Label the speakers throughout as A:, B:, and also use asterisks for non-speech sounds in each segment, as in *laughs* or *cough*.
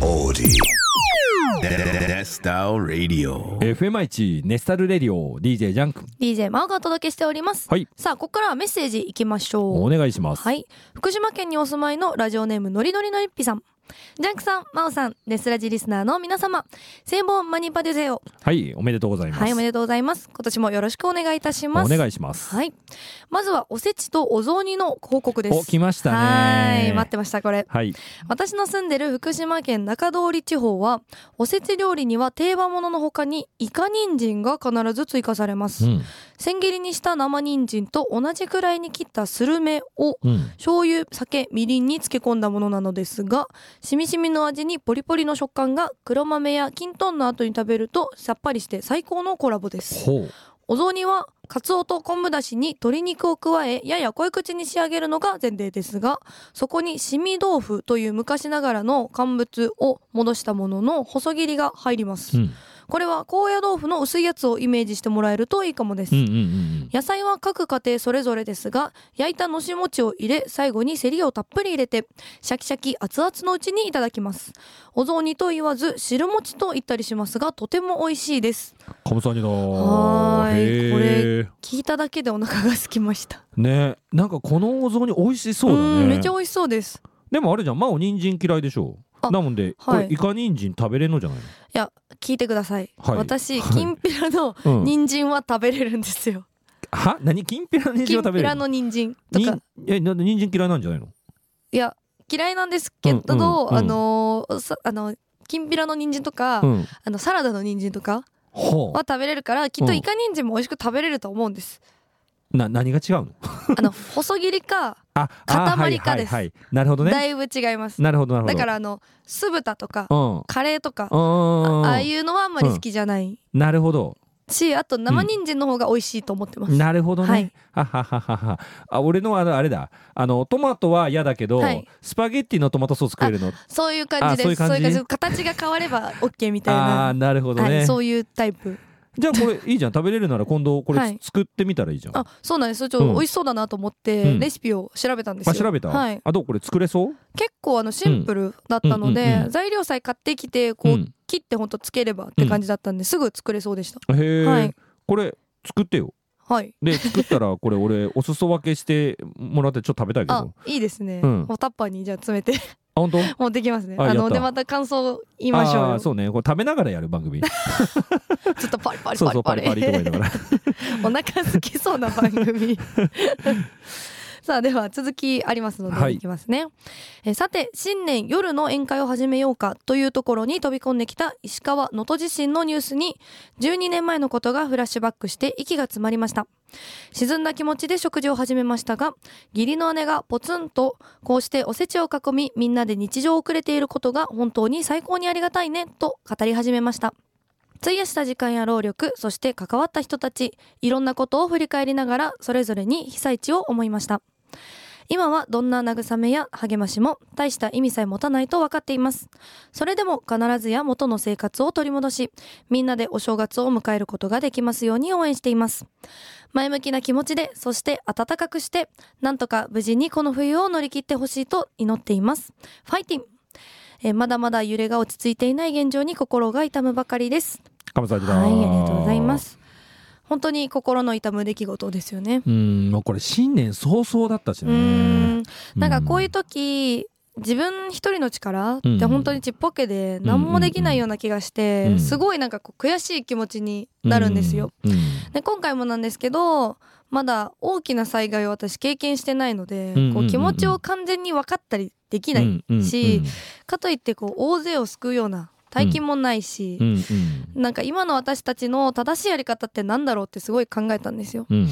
A: melody. Style Radio.
B: FM1 ネスタルレディオ DJ ジャンク
C: DJ マーがお届けしております、
B: はい
C: さあここからはメッセージいきまし
B: お
C: ょう
B: 願いします、
C: はい福島県にお住まいのラジオネームのりのりのりっぴさんジャンクさん、まおさん、レスラジリスナーの皆様、聖母マニパデュゼオ。
B: はいおめでとうございます、
C: はい、おめでとうございます。今年もよろしくお願いいたします。
B: お願いします、
C: はい。まずはおせちとお雑煮の報告です。
B: お来ましたね
C: はい、待ってましたこれ。
B: はい
C: 私の住んでる福島県中通り地方はおせち料理には定番もののほかにイカ人参が必ず追加されま
B: う
C: す、
B: ん
C: 千切りにした生人参と同じくらいに切ったスルメを
B: うん
C: 醤油酒みりんに漬け込んだものなのですがしみしみの味にポリポリの食感が黒豆やきんとんの後に食べるとさっぱりして最高のコラボです
B: ほう
C: お雑煮はカツオと昆布だしに鶏肉を加えやや濃い口に仕上げるのが前提ですがそこにしみ豆腐という昔ながらの乾物を戻したものの細切りが入ります、
B: うん
C: これは高野豆腐の薄いやつをイメージしてもらえるといいかもです、
B: うんうんうん
C: 野菜は各家庭それぞれですが焼いたのし餅を入れ最後にセリをたっぷり入れてシャキシャキ熱々のうちにいただきますお雑煮と言わず汁餅と言ったりしますがとても美味しいです
B: カムサニだ
C: はーい
B: へー
C: これ聞いただけでお腹が空きました
B: ねなんかこのお雑煮美味しそうだね
C: んめっちゃ美味しそうです
B: でもあれじゃん真央人参嫌いでしょ
C: あ
B: なもんで、
C: はい
B: これイカ人参食べれんのじゃない
C: いや聞いてください、
B: はい
C: 私
B: はい
C: きんぴらの
B: の、うん、
C: 人参は食べれるんですよ、
B: は何 *laughs* きんぴらの人
C: き
B: 参を食
C: んぴ
B: べれ
C: ら
B: る
C: の人参と
B: に
C: か
B: えなんで人参嫌いなんじゃないの
C: いや嫌いなんですけど、
B: うんうんうん
C: あのーさあのきんぴらの人参とか、
B: うん
C: あのサラダの人参とか
B: ほ
C: は食べれるからきっとイカ人参も美味しく食べれると思うんです、
B: うな何が違うの *laughs*
C: あの細切りか
B: ああ
C: 塊化です
B: はいはいはい、なるほどね
C: だいぶ違います、
B: なるほどなるほど
C: だからあの酢豚とか
B: うん
C: カレーとか
B: う
C: あ
B: ん
C: ああいうのはあんまり好きじゃない
B: なるほど
C: しあと生人参の方が美味しいと思ってます、
B: なるほどね、
C: はい
B: はははははあ俺のあのあれだあのトマトは嫌だけど、
C: はい
B: スパゲッティのトマトソース食えるの
C: そういう感じです
B: あそういう感じ
C: 形が変われば OK みたい
B: ああー
C: な
B: なるほどね、
C: はい、そういうタイプ
B: じゃあこれいいじゃん食べれるなら今度これ、
C: はい
B: 作ってみたらいいじゃん
C: あそうなんですそれちょ
B: う
C: っ
B: ん
C: と美味しそうだなと思っ
B: う
C: て
B: ん
C: レシピを調べたんですよ、
B: あ調べた、
C: はい、
B: あどうこれ作れそう
C: 結構あのシンプルだったの
B: うんうん
C: で、
B: うんうん
C: 材料さえ買ってきてこう、
B: ん、
C: 切ってほんとつければって感じだったんですぐ作れそうでした
B: へえ、
C: はい
B: これ作ってよ
C: はい
B: で作ったら *laughs* これ俺お裾分けしてもらってちょっと食べたいけど
C: あ
B: あ
C: いいですね、
B: うん
C: もうタッパーにじゃあ詰めて *laughs*
B: 本当
C: 持ってきますね
B: あ
C: あ
B: やっ
C: の
B: た
C: でまた感想言いましょう
B: あ
C: よ
B: ーそうねこれ食べながらやる番組
C: ちょっとパリパリ
B: そうそ
C: パ
B: う
C: リ
B: パ
C: パ
B: リ
C: リ
B: パリとか言いながら
C: *laughs* お腹空きそうな
B: *laughs*
C: 番組さあでは続きありますの
B: は
C: で
B: い
C: いきますね、えさて新年夜の宴会を始めようかというところに飛び込んできた石川能登地震のニュースに12年前のことがフラッシュバックして息が詰まりました沈んだ気持ちで食事を始めましたが義理の姉がポツンとこうしておせちを囲みみんなで日常を送れていることが本当に最高にありがたいねと語り始めました費やした時間や労力そして関わった人たちいろんなことを振り返りながらそれぞれに被災地を思いました今はどんな慰めや励ましも大した意味さえ持たないと分かっていますそれでも必ずや元の生活を取り戻しみんなでお正月を迎えることができますように応援しています前向きな気持ちでそして温かくしてなんとか無事にこの冬を乗り切ってほしいと祈っていますファイティンえーまだまだ揺れが落ち着いていない現状に心が痛むばかりです
B: 神さん
C: はい、ありがとうございます。本当に心の痛む出来事ですよね。
B: うんもうこれ新年早々だったし
C: うー
B: ね
C: ん、なんかこういう
B: う
C: 時、自分一人の力っ
B: うん
C: て本当にちっぽけで何もできないような気がし
B: うんう
C: て
B: ん
C: すごいなんかこう悔しい気持ちになるんですよ。
B: うん
C: で今回もなんですけどまだ大きな災害を私経験してないので
B: うん
C: こ
B: うんうん
C: う気持ちを完全に分かったりできないしかといってこう大勢を救うような大金もないし
B: うんうん
C: なんか今の私たちの正しいやり方ってなんだろうってすごい考えたんですよ。
B: うんうん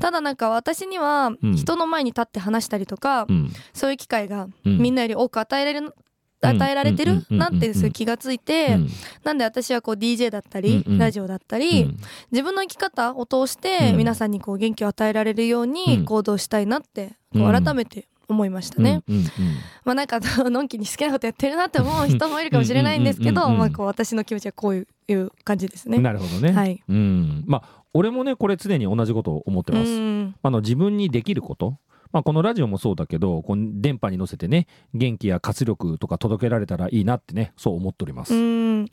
C: ただなんか私には
B: うん
C: 人の前に立って話したりとか、
B: うん
C: そういう機会が
B: うん
C: みんなより多く与えられる、
B: うん
C: 与えられて
B: うん
C: るなっ
B: う
C: て
B: ん
C: そういう気がついて、
B: うん
C: なんで私はこう DJ だったり、
B: うんうん
C: ラジオだったり、自分の生き方を通し
B: う
C: て
B: ん
C: 皆さんにこう元気を与えられるよう
B: う
C: に
B: ん
C: 行動したいなってこう
B: うん
C: 改めて思いましたね。
B: うんうん
C: まあなんかあののんきに好きなことやってるなって思う人もいるかもしれないんですけ
B: うんうん
C: ど、
B: うんうん
C: まあこう私の気持ちはこういういう感じです
B: うん
C: ね。
B: なるほどね、
C: はい
B: うんまあ俺もねこれ常に同じことを思って
C: う
B: ます、
C: ん
B: あの自分にできることまあ、このラジオもそうだけどこの電波に乗せてね元気や活力とか届けられたらいいなってねそう思っております。
C: う
B: うん
C: ん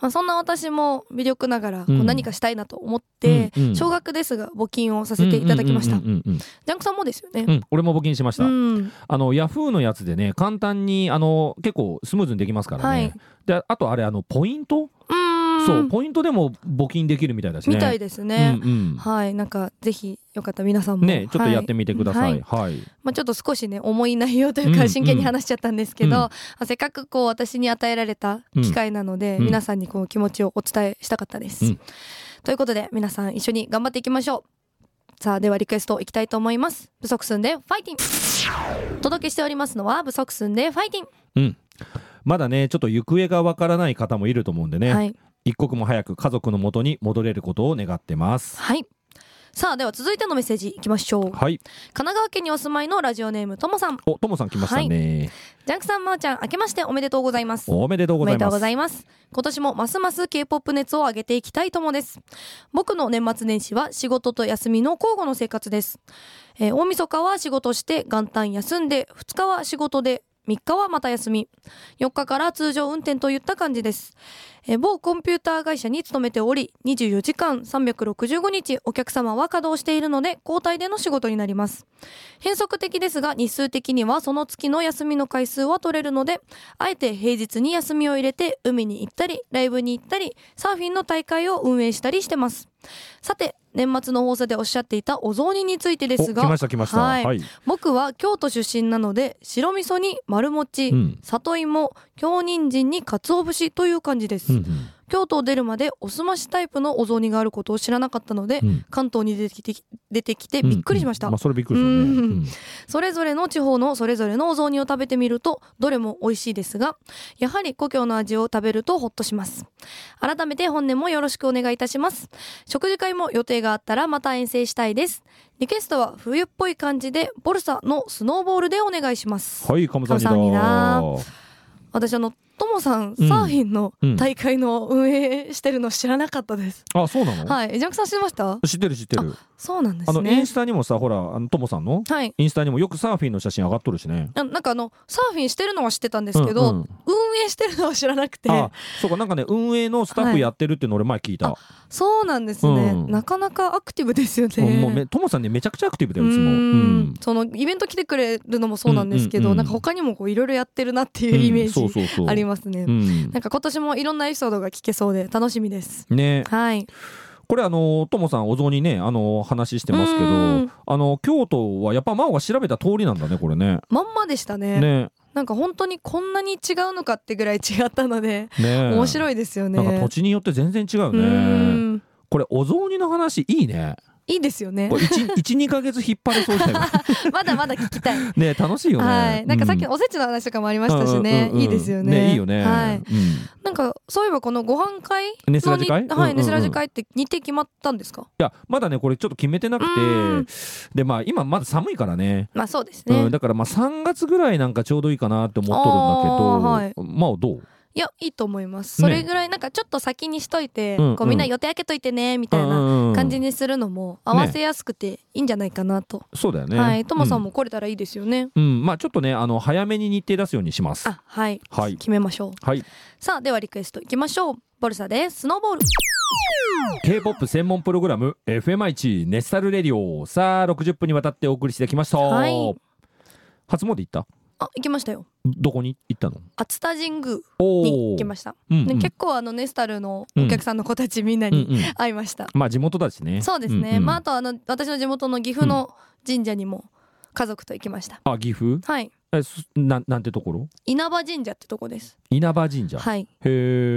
C: まあ、そんな私も魅力ながらこ
B: う
C: うん何かしたいなと思って、
B: うんうん
C: 少額ですが募金をさせていただきました、
B: うんうんうんうん
C: ジャンクさんもですよね
B: う、んうん俺も募金しました。
C: うん、
B: あのヤフーのやつでね簡単にあの結構スムーズにできますからね。
C: はい
B: であとあれあのポイント、
C: うん
B: そうポイントでも募金できるみたいだしね。
C: みたいですね、
B: うんうん
C: はいなんかぜひよかったら皆さんも
B: ねちょっとやってみてください。
C: は
B: はいい。
C: まあ、ちょっと少しね重い内容という
B: うんう
C: か
B: ん
C: 真剣に話しちゃったんですけど、
B: うん
C: まあせっかくこう私に与えられた機会なので、
B: うん
C: 皆さんにこう気持ちをお伝えしたかったです、
B: うん
C: ということで皆さん一緒に頑張っていきましょうさあではリクエストいきたいと思います不足すんでファイティンお届けしておりますのは不足すんでファイティン、
B: まだねちょっと行方がわからない方もいると思うんでね、
C: はい、
B: 一刻も早く家族の元に戻れることを願ってます。
C: はい、さあでは続いてのメッセージいきましょう神
B: はい。
C: 奈川県にお住まいのラジオネームともさん
B: おともさん来ましたね、
C: ジャンクさんまおちゃん明けましておめでとうございます
B: おめでとう
C: お
B: ござ
C: め
B: い
C: でとう
B: ま
C: ご
B: す。
C: ざいます今年もますます K-POP 熱を上げていきたいともです僕の年末年始は仕事と休みの交互の生活です、えー大晦日は仕事して元旦休んで2日は仕事で3日はまた休み4日から通常運転といった感じです、えー某コンピューター会社に勤めており24時間365日お客様は稼働しているので交代での仕事になります変則的ですが日数的にはその月の休みの回数は取れるのであえて平日に休みを入れて海に行ったりライブに行ったりサーフィンの大会を運営したりしてますさて年末の放送でおっしゃっていたお雑煮についてです
B: お来
C: が
B: ました来ました。
C: はい
B: はい。
C: 僕は京都出身なので白味噌に丸餅、
B: うん
C: 里芋京人参に鰹節という感じです、
B: うんうん
C: 京都を出るまでおすましタイプのお雑煮があることを知らなかったので、
B: うん
C: 関東に出てきて出てきてびっくりしました、
B: うんまあそれびっくりしたね。
C: うん
B: うん
C: それぞれの地方のそれぞれのお雑煮を食べてみるとどれも美味しいですがやはり故郷の味を食べるとほっとします改めて本年もよろしくお願いいたします食事会も予定があったらまた遠征したいですリクエストは冬っぽい感じでボルサのスノーボールでお願いします
B: はい、カムサ
C: カムサハニ
B: ニ
C: ダ
B: ダ。
C: 私あのともさん
B: うん
C: サーフィンの
B: うん
C: 大会の運営してるの知らなかったです、
B: あ、そうなの、
C: はいえジャンクさん知ってました
B: 知ってる知ってる。
C: そうなんで
B: あ
C: す
B: の、イ
C: ね
B: ンスタにもさ、ほら、あのともさんの
C: はい
B: インスタにもよくサーフィンの写真上がっとるしね。
C: あなんかあのサーフィンしてるのは知ってたんですけど、
B: うんうん
C: 運営してるのは知らなくて
B: あ、そうか、なんかね、運営のスタッフやってるっていうの俺前聞いた。
C: そうなんですね、
B: うん
C: なかなかアクティブですよね。
B: もうめ、ともさんね、めちゃくちゃアクティブだよ、いつも。
C: う
B: う
C: ーん
B: ん。
C: そのイベント来てくれるのもそうなんですけど、
B: うんうんうん
C: なんか他にもこういろいろやってるなっていうイメー
B: うん
C: ジ
B: そうそうそう。
C: ありますね。
B: うん
C: なんか今年もいろんなエピソードが聞けそうで楽しみです。
B: ね、
C: はい、
B: これあのともさんお雑煮ねあの話してますけ
C: うん
B: どあの京都はやっぱ真央が調べた通りなんだねこれね
C: まんまでしたね
B: ね
C: なんか本当にこんなに違うのかってぐらい違ったので、
B: ね
C: 面白いですよね。
B: なんか土地によって全然違う
C: う
B: ね
C: ーん
B: これお雑煮の話いいね
C: いいですよね
B: こ。れ12ヶ月引っ張れそうじゃない
C: まだまだ聞きたい。
B: ね楽しいよね
C: はい、なんかさっき
B: の
C: のおせちの話とかもありましたしね、いいですよね。
B: いいよね
C: はい。
B: うん
C: なんかそういえばこのご飯会
B: ネスラジ会
C: のにはい、
B: うんうんうん
C: ネスラジ会って日程決まったんですか。
B: いやまだねこれちょっと決めてなく
C: うん
B: てでまあ今まだ寒いからね
C: まあそうですね。
B: うんだからまあ3月ぐらいなんかちょうどいいかなって思っとるんだけど真央どう
C: いやいいと思います。
B: ね
C: それぐらいなんかちょっと先にしといて、
B: うんうん
C: こうみんな予定開けといてねみたいな感
B: 感
C: じにするのも合わせやすくていいんじゃないかなと。
B: そうだよね
C: はい、ともさんも来れたらいいですよね。
B: うん、うんまあちょっとねあの早めに日程出すようにします
C: あはい、
B: はい
C: 決めましょう。
B: はい
C: さあではリクエストいきましょう。ボルサでスノーボール。
B: K-POP 専門プログラム FMI1 ネスタルレディオさあ60分にわたってお送りしてきました、
C: はい
B: 初詣行った
C: あ行きましたよ。
B: どこに行ったの
C: 熱田神宮
B: お
C: に行きま
B: し
C: した。
B: た、うん
C: ね
B: うん
C: 結構あのネスタルのお客さんの子たちみんな
B: うん
C: に
B: うん
C: 会いました。
B: まあ地元だしね
C: そうですね、
B: んん
C: まああとあの私の地元の岐阜の神社にも家族と行きました、
B: あ岐阜
C: はい
B: えすなんなんてところ
C: 稲葉神社ってとこです
B: 稲葉神社、
C: はい
B: へ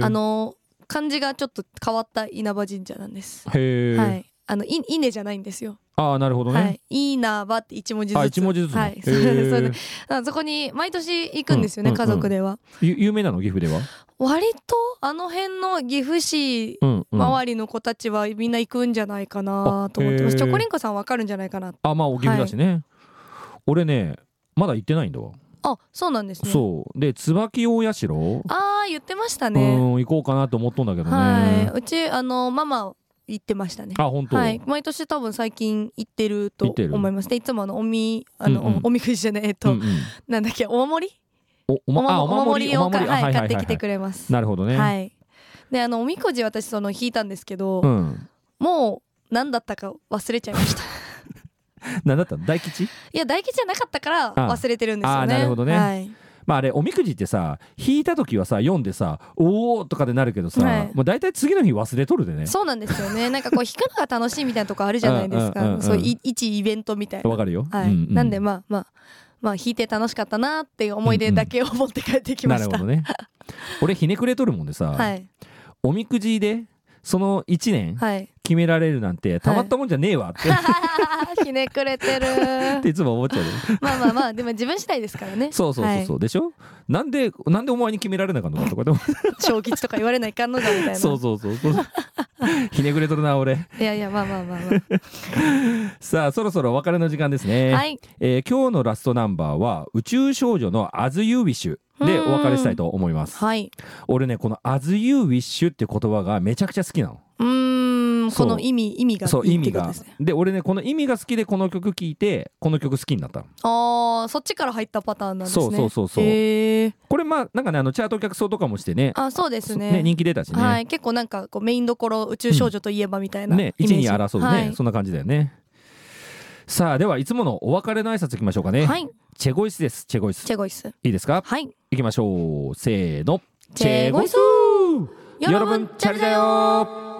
B: え
C: あの漢字がちょっと変わった稲葉神社なんです、
B: へえ、
C: はいあのい稲じゃないんですよ、
B: ああなるほどね、
C: はい稲葉って一文字ずつ
B: あ一文字ずつね、
C: はい
B: へ
C: そうですそう
B: ー
C: ですあそこに毎年行くんですよね、
B: うんうんうん
C: 家族では
B: ゆ有名なの岐阜では、
C: 割とあの辺の岐阜市
B: うんうん、
C: 周りの子たちはみんな行くんじゃないかなと思ってま
B: あ
C: す
B: へー
C: チョコリンカさんわかるんじゃないかな
B: あまあお岐阜だしね、俺ねまだ行ってないんだわ、
C: あそうなんですね
B: そうで椿大社、
C: ああ言ってました
B: う
C: ね
B: ん行こうかなと思っとんだけどね、
C: はい、うちあのママ行ってましたね。
B: あ本当、
C: はい、毎年多分最近行ってると
B: 行ってる
C: 思いますでいつもあのおみあの、
B: うんうん
C: お *laughs* みくじじゃないえっ
B: う
C: と、
B: んうん
C: なんだっけお守り
B: おお,、ま、あお守り
C: お
B: お守
C: 守り
B: りあ
C: をかはい
B: はいはい
C: 買ってきてく
B: れ
C: れます。
B: なるほどね、
C: はい、であのおみくじ私その引いたんですけど、
B: うん
C: もう何だったか忘れちゃい
B: *laughs*
C: ました
B: なんだったの大吉
C: いや大吉じゃなかったから
B: あ
C: 忘れてるんですよね
B: あなるほどね
C: はい、
B: まああれおみくじってさ引いた時はさ読んでさ「おお」とかでなるけどさ、
C: はい
B: もう大体次の日忘れとるでね
C: そうなんですよねなんかこう引くのが楽しいみたいなとこあるじゃないです
B: うんうんうん
C: か
B: うん
C: そうい一イベントみたいな
B: わかるよ、
C: はい、
B: うう
C: なんでまあまあまあ引いて楽しかったなっていう思い出だけを持って帰ってきました、
B: *laughs* なるほどね俺ひねくれとるもんでさ、
C: *laughs* はい
B: おみくじでその1年
C: はい
B: 決められるなんてたまったもんじゃねえわって,、い、
C: *laughs* ひねく
B: *laughs*
C: れてる
B: っていつも思っちゃうよ
C: *laughs* まあまあまあでも自分次第ですからね
B: そうそうそうそう、でしょなんでなんでお前に決められなかったのかとかでも
C: はい小吉とか言われないかんのだみたいな
B: そうそうそうそう *laughs* ひねくれとるな俺
C: いやいやまあまあまあ、ま
B: さあそろそろお別れの時間ですね、
C: あ、はい
B: えー今日のラストナンバーは「宇宙少女の As You Wish」でお別れしたいと思います
C: はい
B: 俺ねこの「As You Wish」って言葉がめちゃくちゃ好きなの
C: うーん
B: そ
C: こ
B: う
C: の意味意味が
B: そう
C: いい
B: 意
C: って
B: 味
C: こと
B: が
C: ですね
B: で俺ねこの意味が好きでこの曲聴いてこの曲好きになったの
C: あーそっちから入ったパターンなんですね
B: そうそうそうそう
C: へえ
B: これまあなんかねあのチャート客層とかもしてね
C: あそうですね
B: そ人気出たしね,、
C: はい結構なんかこうメインどころ宇宙少女といえばみたいなイメー
B: ね
C: ジ、
B: 1に争うね、
C: はい
B: そんな感じだよねさあではいつものお別れの挨拶いきましょうかね、
C: はい
B: チェゴイスですチェゴイス
C: チェゴイス
B: いいですか
C: はい
B: いきましょうせーの
C: チェゴイス
B: チェゴイス
C: 여러분 잘
B: 자요